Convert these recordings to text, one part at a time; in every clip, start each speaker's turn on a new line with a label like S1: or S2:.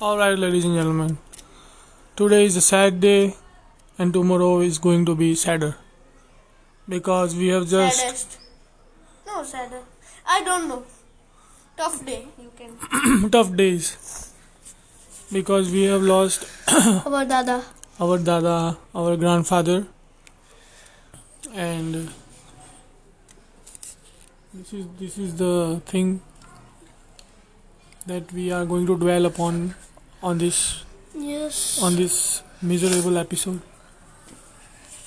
S1: Alright, ladies and gentlemen, today is a sad day, and tomorrow is going to be sadder because we have just
S2: Saddest. No, sadder. I don't know. Tough day. You can.
S1: tough days because we have lost
S2: Our dada.
S1: our dada, our grandfather, and this is this is the thing that we are going to dwell upon on this
S2: Yes.
S1: on this miserable episode.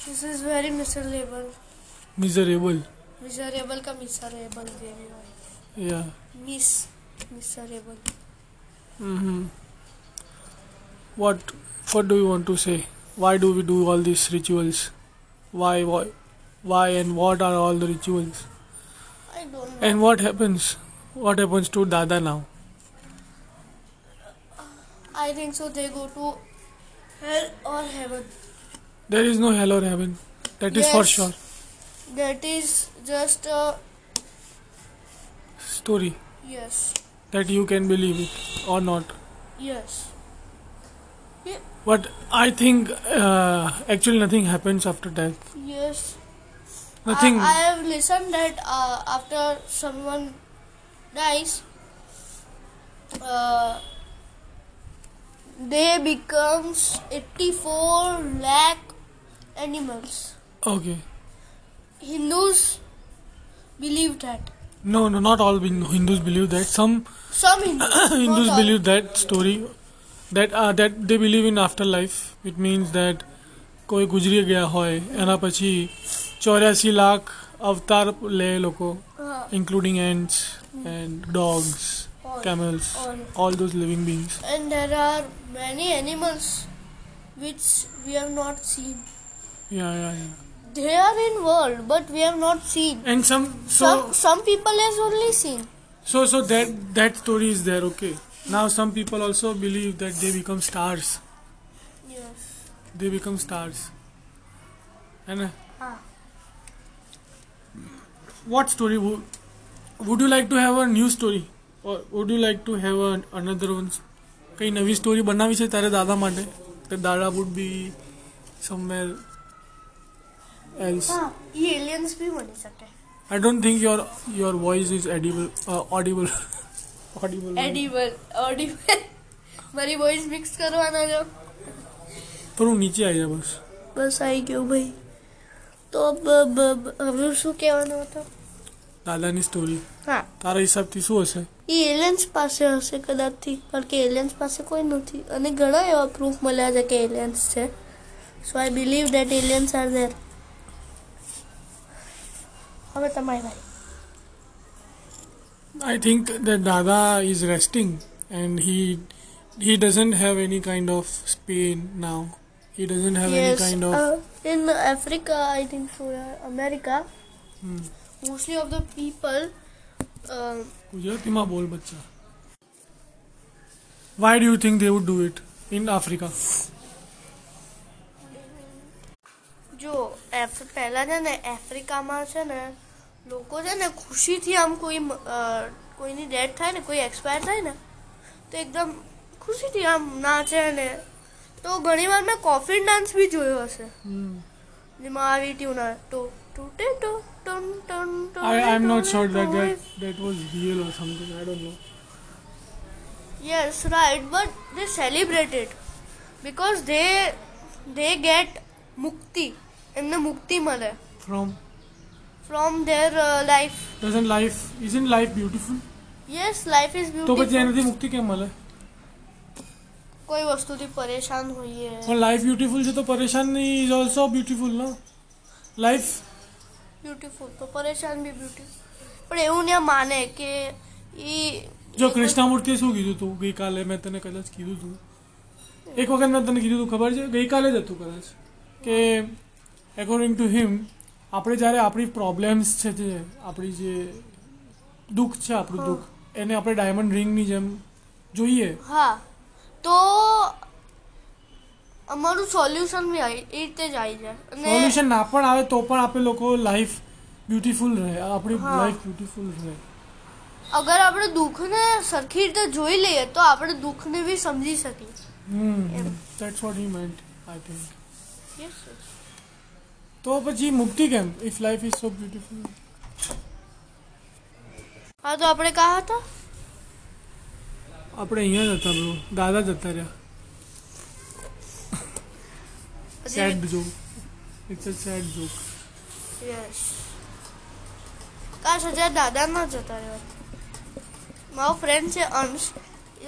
S2: This is very miserable.
S1: Miserable,
S2: Miserable का miserable दे रही हो
S1: yeah.
S2: Miss miserable.
S1: hmm What what do you want to say? Why do we do all these rituals? Why why why and what are all the rituals?
S2: I don't know.
S1: And what happens? What happens to Dada now?
S2: I think so. They go to hell or heaven.
S1: There is no hell or heaven. That is for
S2: Yes.
S1: sure.
S2: That is just a
S1: Story
S2: yes,
S1: that you can believe it or not.
S2: yes.
S1: But I think uh, actually nothing happens after death.
S2: Yes.
S1: Nothing.
S2: I, I have listened that uh, after someone dies, uh, they becomes 84 lakh animals.
S1: Okay.
S2: Hindus believe that.
S1: No, no, not all Hin- Hindus believe that. Some
S2: Some Hindus. not
S1: Hindus
S2: all.
S1: believe that story that uh, that they believe in afterlife. It means that કોઈ ગુજરી ગયા હોય એના પછી ચોર્યાસી લાખ અવતાર લે લોકો
S2: Uh,
S1: including ants and dogs,
S2: All.
S1: camels,
S2: All.
S1: all those living beings.
S2: and there are many animals which we have not seen.
S1: Yeah, yeah, yeah.
S2: They are in world, but we have not seen.
S1: And some so
S2: Some some people has only seen.
S1: so so that that story is there. Okay. Now some people also believe that they become stars.
S2: Yes.
S1: They become stars. And
S2: Ah.
S1: what story would would you like to have a new story or would you like to have an, another one કઈ નવી story બનાવી છે તારે દાદા માટે તો દાદા would be somewhere else
S2: हाँ ये एलियंस भी बन सकते हैं
S1: I don't think your your voice is edible, uh, audible, audible.
S2: Edible audible मेरी वॉइस मिक्स करवाना जो
S1: થોડું નીચે આવી જા બસ
S2: બસ આવી ગયું ભાઈ તો બ- બ- બ- હવે શું કહેવાનું હતું
S1: દાદાની સ્ટોરી
S2: હા
S1: તારા હિસાબથી શું હશે
S2: એ એલિયન્સ પાસે હશે કદાચથી કારણ કે એલિયન્સ પાસે કોઈ નથી અને ઘણા એવા પ્રૂફ મળ્યા છે કે એલિયન્સ છે so I believe that aliens are there હવે તમારી વારી
S1: I think that Dada is resting and he he doesn't have any kind of pain now. He doesn't have
S2: Yes,
S1: any kind of
S2: uh, in Africa, I think so, yeah, America,
S1: Hmm.
S2: mostly of the people, um,
S1: ગુજરાતીમાં બોલ બચ્ચા Why do you think they would do it in Africa?
S2: જો F પહેલાં છે ને આફ્રિકામાં છે ને લોકો છે ને ખુશીથી આમ કોઈ મ- અ, કોઈની ડેથ થાય ને કોઈ એક્સપાયર થાય ને તો એકદમ ખુશીથી આમ નાચે ને તો ઘણી વાર મેં કોફી ડાન્સ બી જોયો હશે જેમાં આવી ટ્યુન આવે ટો ટુ ટે ટો ટન ટન ટો
S1: I I'm not sure that that, that was real or something. I don't know.
S2: Yes, right, but they celebrate it because they they get mukti, એમને મુક્તિ મળે uh,
S1: From
S2: from there life
S1: doesn't life isn't life beautiful?
S2: Yes life is
S1: તો પછી
S2: beautiful
S1: એનાથી મુક્તિ કેમ મળે
S2: કોઈ વસ્તુથી પરેશાન હોઈએ
S1: પણ લાઈફ બ્યુટીફુલ છે તો પરેશાની ઇઝ ઓલ્સો બ્યુટીફુલ ના લાઈફ
S2: બ્યુટીફુલ તો પરેશાન બી બ્યુટીફુલ પણ એવું ને માને કે ઈ
S1: જો કૃષ્ણામૂર્તિએ શું કીધું તું ગઈકાલે મેં તને કદાચ કીધું તું એક વખત મેં તને કીધું તું ખબર છે ગઈકાલે જ હતું કદાચ કે એકોર્ડિંગ ટુ હિમ આપણે જ્યારે આપણી પ્રોબ્લેમ્સ છે જે આપણી જે દુઃખ છે આપણું દુઃખ એને આપણે ડાયમંડ રિંગની જેમ જોઈએ
S2: હા તો અમારું સોલ્યુશન બી આવી- એ રીતે જ આવી જાય અને
S1: સોલ્યુશન ના પણ આવે તો પણ આપણે લોકો લાઈફ બ્યુટીફુલ રહે આપણી
S2: હા.
S1: લાઈફ બ્યુટીફુલ રહે
S2: અગર આપણે દુઃખને સરખી રીતે જોઈ લઈએ તો આપણે દુઃખને બી સમજી શકીએ
S1: હમ
S2: એમ.
S1: That's what he meant I think
S2: Yes, yes.
S1: તો પછી મુક્તિ કેમ if life is so beautiful
S2: હા તો આપણે કહા હતા
S1: આપણે અહીંયા જ હતા બ્રો દાદા જતા રહ્યા sad joke it's a sad joke
S2: yes કાશ હજાર દાદા ના જતા રહ્યો મારો ફ્રેન્ડ છે અંશ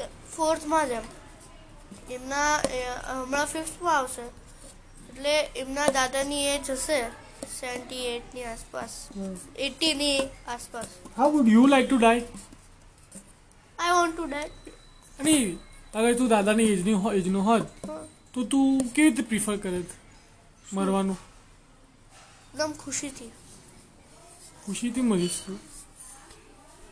S2: એ ફોર્થમાં જ એમ એમના એ હમણાં ફિફ્થમાં આવશે એટલે એમના દાદાની એજ હશે સેવન્ટી એટની આસપાસ એટીની આસપાસ
S1: how would you like to die
S2: I want to date
S1: અને અગર તું દાદાની એજની હો એજનો હોત તો તું કેવી રીતે પ્રિફર કરે મરવાનું
S2: એકદમ ખુશીથી
S1: ખુશીથી મરીશ તું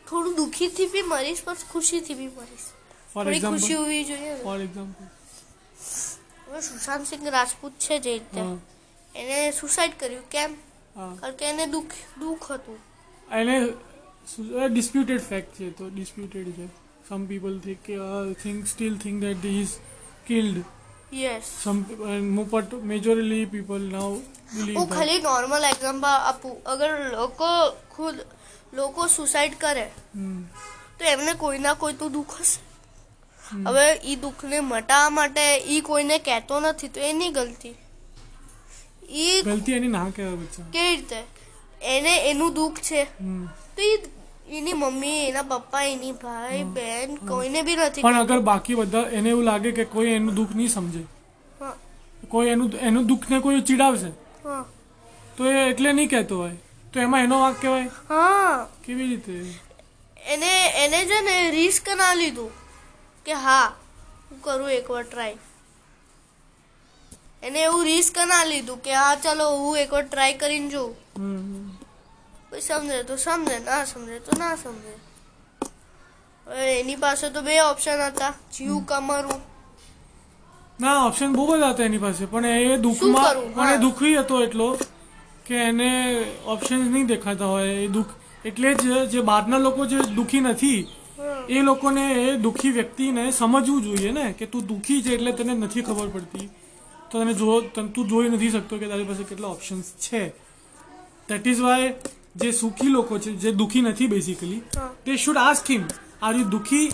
S2: થોડું દુઃખીથી બી મરીશ પણ ખુશીથી બી મરીશ
S1: ફોર
S2: થોડી ખુશી
S1: એક્ઝામ્પલ
S2: હોવી જોઈએ ને.
S1: ફોર એક્ઝામ્પલ
S2: હવે સુશાંત સિંહ રાજપૂત છે જે રીતે એને સુસાઇડ કર્યું કેમ કારણ કે એને દુઃખ દુઃખ હતું
S1: એને ડિસ્પ્યુટેડ ફેક્ટ છે તો ડિસ્પ્યુટેડ છે સમ પીપલ થિંક કે think still think that he is killed
S2: yes
S1: some but majorly people now
S2: હું
S1: બિલીવ
S2: ખાલી નોર્મલ એક્ઝામ્પલ આપું અગર લોકો ખુદ લોકો સુસાઇડ કરે તો એમને કોઈના કોઈ તો દુઃખ હશે હવે એ દુઃખને મટાવવા માટે એ કોઈને કહેતો નથી તો એની ગલતી એ
S1: ગલતી એની ના કહેવાય બચ્ચા
S2: કેવી રીતે એને એનું દુઃખ છે
S1: હમ.
S2: તો એ એની મમ્મી એના પપ્પા એની ભાઈ બહેન કોઈને બી નથી
S1: પણ અગર બાકી બધા એને એવું લાગે કે કોઈ એનું દુઃખ નહીં સમજે
S2: હા,
S1: કોઈ એનું એનું દુઃખને કોઈ ચીડાવશે
S2: હા.
S1: તો એ એટલે નહીં કહેતો હોય તો એમાં એનો વાંક કહેવાય
S2: હા
S1: કેવી રીતે
S2: એને એને છે ને રિસ્ક ના લીધું કે હા હું કરું એકવાર ટ્રાય એને એવું રિસ્ક ના લીધું કે હા ચલો હું એકવાર ટ્રાય કરીને જોઉં
S1: હમ.
S2: કોઈ સમજે તો સમજે ના સમજે તો ના સમજે હવે એની પાસે તો બે ઓપ્શન હતા જીવ કમરવું
S1: ના ઓપ્શન બહુ બધા હતા એની પાસે પણ એ દુઃખમાં
S2: શું કરવું?
S1: પણ એ
S2: હા.
S1: દુઃખી હતો એટલો કે એને ઓપ્શન નહીં દેખાતા હોય એ દુઃખ એટલે જ જે બહારના લોકો જે દુઃખી નથી
S2: હા.
S1: એ લોકોને એ દુઃખી વ્યક્તિને સમજવું જોઈએ ને કે તું દુઃખી છે એટલે તને નથી ખબર પડતી તો તને જો તન- તું જોઈ નથી શકતો કે તારી પાસે કેટલા ઓપ્શન્સ છે દેટ ઇઝ વાય જે સુખી લોકો છે જે દુઃખી નથી બેસિકલી
S2: હા.
S1: તે should ask him are you દુઃખી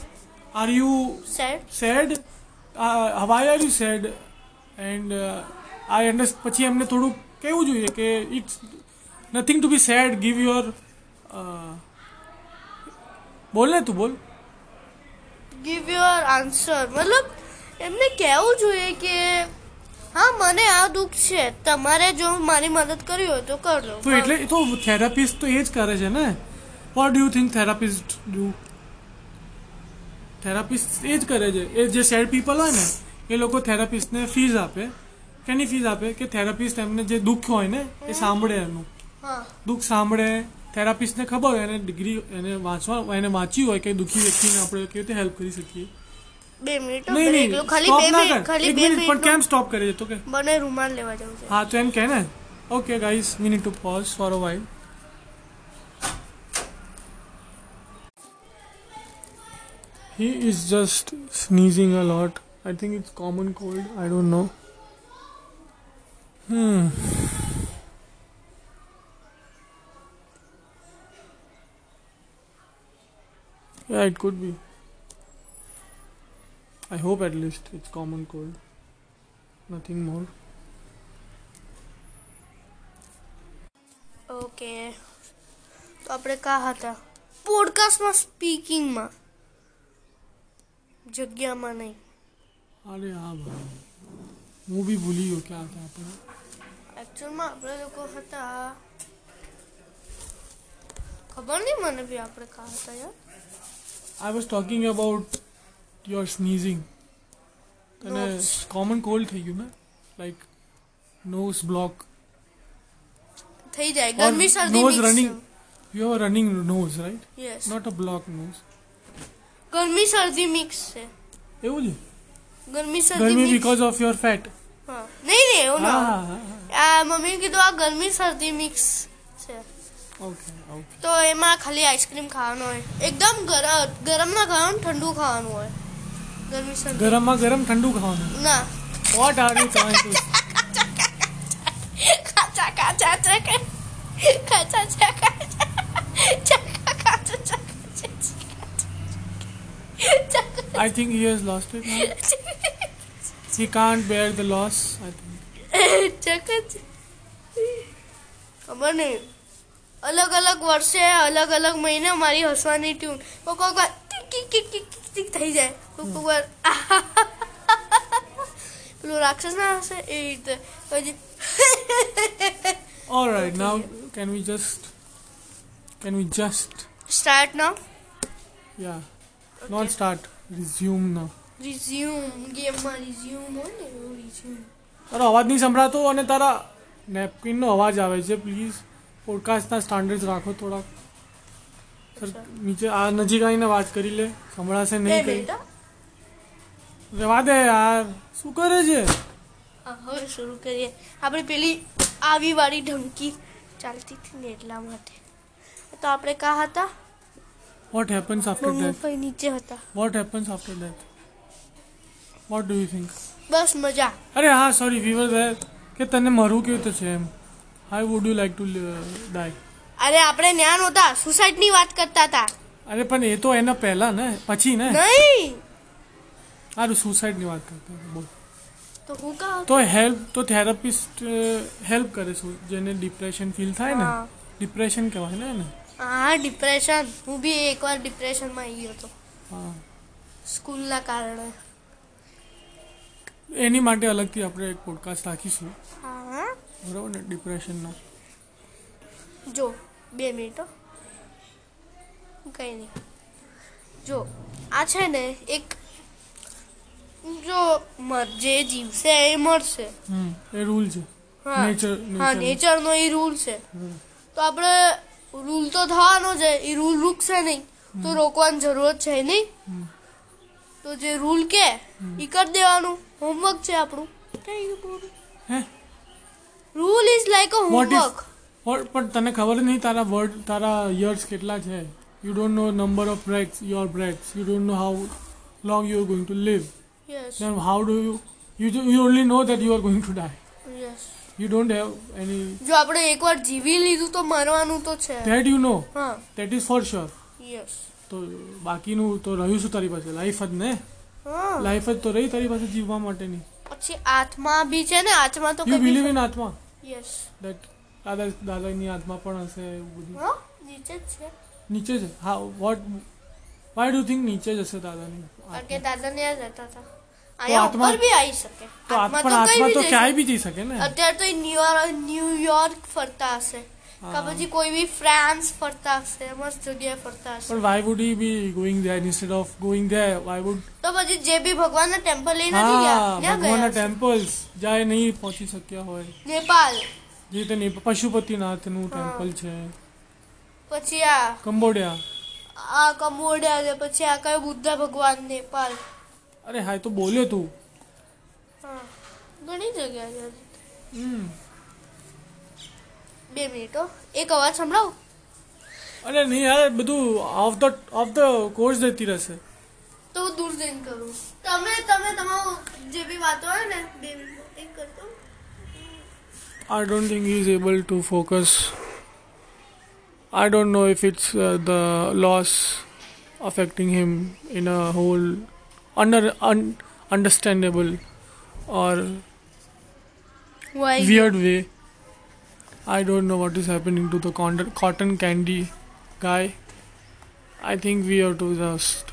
S1: આર યુ
S2: સેડ
S1: સેડ હવાઈ are you sad and I understand uh, પછી એમને થોડું કહેવું જોઈએ કે it's nothing to be sad give your uh, બોલ ને તું બોલ
S2: ગીવ યોર આન્સર મતલબ એમને કહેવું જોઈએ કે હા મને આ દુઃખ છે તમારે જો મારી મદદ કરવી હોય તો કરજો
S1: તો એટલે એ તો થેરાપિસ્ટ તો એ જ કરે છે ને what do you think therapist do therapist એ જ કરે છે એ જે સેડ પીપલ હોય ને એ લોકો થેરાપિસ્ટને ફીઝ આપે કેની ફીઝ આપે કે થેરાપિસ્ટ એમને જે દુઃખ હોય ને એ સાંભળે એનું
S2: હા
S1: દુઃખ સાંભળે થેરાપિસ્ટને ખબર હોય એને ડિગ્રી એને વાંચવા એને વાંચી હોય કે દુઃખી વ્યક્તિને આપણે કેવી રીતે હેલ્પ કરી શકીએ
S2: બે મિનિટ હો,
S1: નહીં
S2: break
S1: નહીં
S2: લો.
S1: સ્ટોપ
S2: ખાલી બે
S1: ના
S2: મિનિટ
S1: કર
S2: ખાલી
S1: એક
S2: બે
S1: મિનિટ પણ
S2: મિનિટ
S1: કેમ સ્ટોપ કરે છે તો કે
S2: મને રૂમાલ લેવા જવું છે
S1: હા તો એમ કહે ને okay guys we need to pause for a while he is just sneezing a lot I think it's common cold I don't know hmm Yeah, it could be. I hope at least it's common cold. Nothing more.
S2: Okay તો આપણે કા હતા પોડકાસ્ટમાં સ્પીકિંગમાં જગ્યામાં નહીં
S1: અરે હા ભાઈ હું બી ભૂલી ગયો ક્યાં હતા આપણે
S2: એકચ્યુઅલમાં આપણે લોકો હતા ખબર નહીં મને બી આપણે કા હતા યાર
S1: I was talking about your sneezing તને
S2: Nose.
S1: કોમન કોલ્ડ થઈ ગયું ને લાઈક નોઝ બ્લોક
S2: થઈ જાય ગરમી શરદી
S1: nose
S2: mix
S1: running you have running nose right
S2: yes
S1: not a block nose
S2: ગરમી શરદી મિક્સ છે
S1: એવું છે
S2: ગરમી શરદી
S1: ગરમી
S2: mix
S1: because of your fat
S2: હા
S1: हाँ,
S2: નહીં નહીં એવું ના
S1: હા
S2: આ મમ્મી કીધું આ ગરમી શરદી મિક્સ છે
S1: ઓકે ઓકે
S2: તો એમાં ખાલી આઈસ્ક્રીમ ખાવાનો હોય એકદમ ગર- ગરમ ના ખાવાનું ઠંડુ ખાવાનું હોય ગરમી સર
S1: ગરમમાં ગરમ ઠંડુ ખાવાનું
S2: ના
S1: what are you trying to
S2: કાચા કાચા ચકા કાચા ચકા ચકા કાચા ચકા
S1: I think he has lost it now he can't bear the loss I think
S2: ખબર નહીં અલગ અલગ વર્ષે અલગ અલગ મહિને મારી હસવાની ટ્યુન કોઈક કોઈક વાર tick tick tick tick tick tick થઈ જાય કોઈક કોઈક વાર પેલું રાક્ષસ ના હશે એ રીતે પછી
S1: alright now can we just can we just
S2: start now
S1: yeah not start resume now
S2: resume ગેમમાં રિઝ્યુમ હોય ને એવું રિઝ્યુમ
S1: તારો અવાજ નહીં સંભળાતો અને તારા નેપકિનનો અવાજ આવે છે પ્લીઝ પોડકાસ્ટના સ્ટાન્ડર્ડ રાખો થોડાક સર નીચે આ નજીક આવીને વાત કરી લે સંભળાશે
S2: બે
S1: નહીં
S2: મિનિટ
S1: કઈ
S2: હો.
S1: રેવા દે યાર શું કરે છે
S2: હા, હવે શરૂ કરીએ આપણે પેલી આવી વાળી ઢંકી ચાલતી હતી ને એટલા માટે તો આપણે કા હતા
S1: what happens after
S2: mummy
S1: death
S2: પપ્પા નીચે હતા
S1: what happens after death what do you think
S2: બસ મજા
S1: અરે હા સોરી વી વર કે તને મરવું કેવું તો છે એમ high would you like to die
S2: અરે આપણે ન્યા નહોતા સુસાઇડ ની વાત કરતા હતા
S1: અરે પણ એ તો એના પહેલા ને પછી ને
S2: નહીં
S1: સારું સુસાઇડની વાત કરતા હતા, બોલ
S2: તો હું કા
S1: તો હેલ્પ તો થેરાપિસ્ટ હેલ્પ કરે છે જેને ડિપ્રેશન ફીલ થાય ને
S2: હા.
S1: ડિપ્રેશન કહેવાય ને એને
S2: હા ડિપ્રેશન હું બી એકવાર ડિપ્રેશનમાં આવી ગયો હતો
S1: હા
S2: સ્કૂલના કારણે
S1: એની માટે અલગથી આપણે એક પોડકાસ્ટ રાખીશું
S2: હા
S1: બરાબર ને ડિપ્રેશનનો
S2: જો બે મિનિટ હો. કંઈ નહીં જો આ છે ને એક જો મર જે જીવશે એ મરશે
S1: હમ એ રૂલ છે
S2: હા
S1: Nature-
S2: હા
S1: nature
S2: નેચરનો એ રૂલ છે તો આપણે રૂલ તો થવાનો છે એ રૂલ રૂકશે નહીં તો રોકવાની જરૂર છે નહીં
S1: હમ.
S2: તો જે રૂલ કે એ કરી દેવાનું હોમવર્ક છે આપણું થઈ ગયું પૂરું.
S1: હે
S2: rule is like a
S1: what is
S2: homework
S1: પણ તને ખબર જ નહીં તારા વર્ડ તારા યર્સ કેટલા છે you don't know number of breaths your breaths you don't know how long you are going to live
S2: yes
S1: then how do you you you only know that you are going to die
S2: yes
S1: you don't have any
S2: જો આપણે એકવાર જીવી લીધું તો મરવાનું તો છે
S1: that you know
S2: હા
S1: that is for sure
S2: yes
S1: તો બાકીનું તો રહ્યું શું तो તારી પાસે લાઈફ જ ને
S2: હા
S1: લાઈફ જ તો રહી તારી પાસે જીવવા માટેની
S2: પછી આત્મા બી છે ને આત્મા તો
S1: યુ
S2: કદી
S1: બિલીવ ઇન આત્મા
S2: યસ
S1: દેટ દાદા દાદાની આત્મા પણ હશે એવું બધું
S2: હા નીચે જ છે
S1: નીચે જ હા વોટ વાય ડુ થિંક નીચે જ હશે દાદાની
S2: કારણ કે દાદા ને રહેતા હતા
S1: તો
S2: અહીંયા
S1: આત્મા-
S2: ઉપર બી આવી શકે
S1: તો આત્મા પણ
S2: કઈ
S1: આત્મા
S2: બી
S1: તો
S2: જઈ
S1: ક્યાંય
S2: શકે.
S1: બી જઈ શકે ને
S2: અત્યારે તો એ ન્યુયોર્ક ન્યુયોર્ક ફરતા હશે કા
S1: હા.
S2: પછી કોઈ બી ફ્રાન્સ ફરતા હશે મસ્ત જગ્યાએ ફરતા હશે
S1: પણ why would he be going there instead of going there why would
S2: તો પછી જે બી ભગવાનના ટેમ્પલ એ નથી ગયા
S1: હા
S2: ત્યાં
S1: ભગવાનના
S2: ગયા છે.
S1: ટેમ્પલ્સ જ્યાં એ નહીં પહોંચી શક્યા હોય
S2: નેપાલ
S1: જે રીતે નેપ- પશુપતિનાથનું
S2: હા.
S1: ટેમ્પલ છે
S2: પછી આ
S1: કંબોડિયા
S2: આ કમોડિયા ને પછી આ કયો બુદ્ધ ભગવાન નેપાલ
S1: અરે હા એ તો બોલ્યો તું
S2: હા ઘણી જગ્યા છે
S1: હમ
S2: બે મિનિટો એક અવાજ સંભળાવો
S1: અરે નહીં યાર બધું of the of the course દેતી રહેશે
S2: તો હું દૂર જઈને કરું તમે તમે તમારું જે બી વાતો હોય ને બે મિનિટ એક કરતો
S1: I don't think he is able to focus I don't know if it's the loss affecting him in a whole અનર અન્ડરસ્ટેન્ડેબલ ઓર
S2: હું આવી ગઈ.
S1: weird way. I don't know what is happening to the con- cotton candy guy. I think we have to just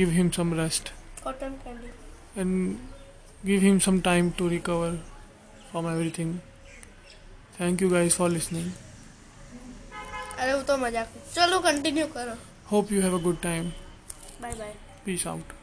S1: give him some rest
S2: cotton candy
S1: and give him some time to recover from everything. Thank you guys for listening.
S2: અરે હું તો મજાક ચલો continue કરો
S1: Hope you have a good time.
S2: Bye bye
S1: Peace out.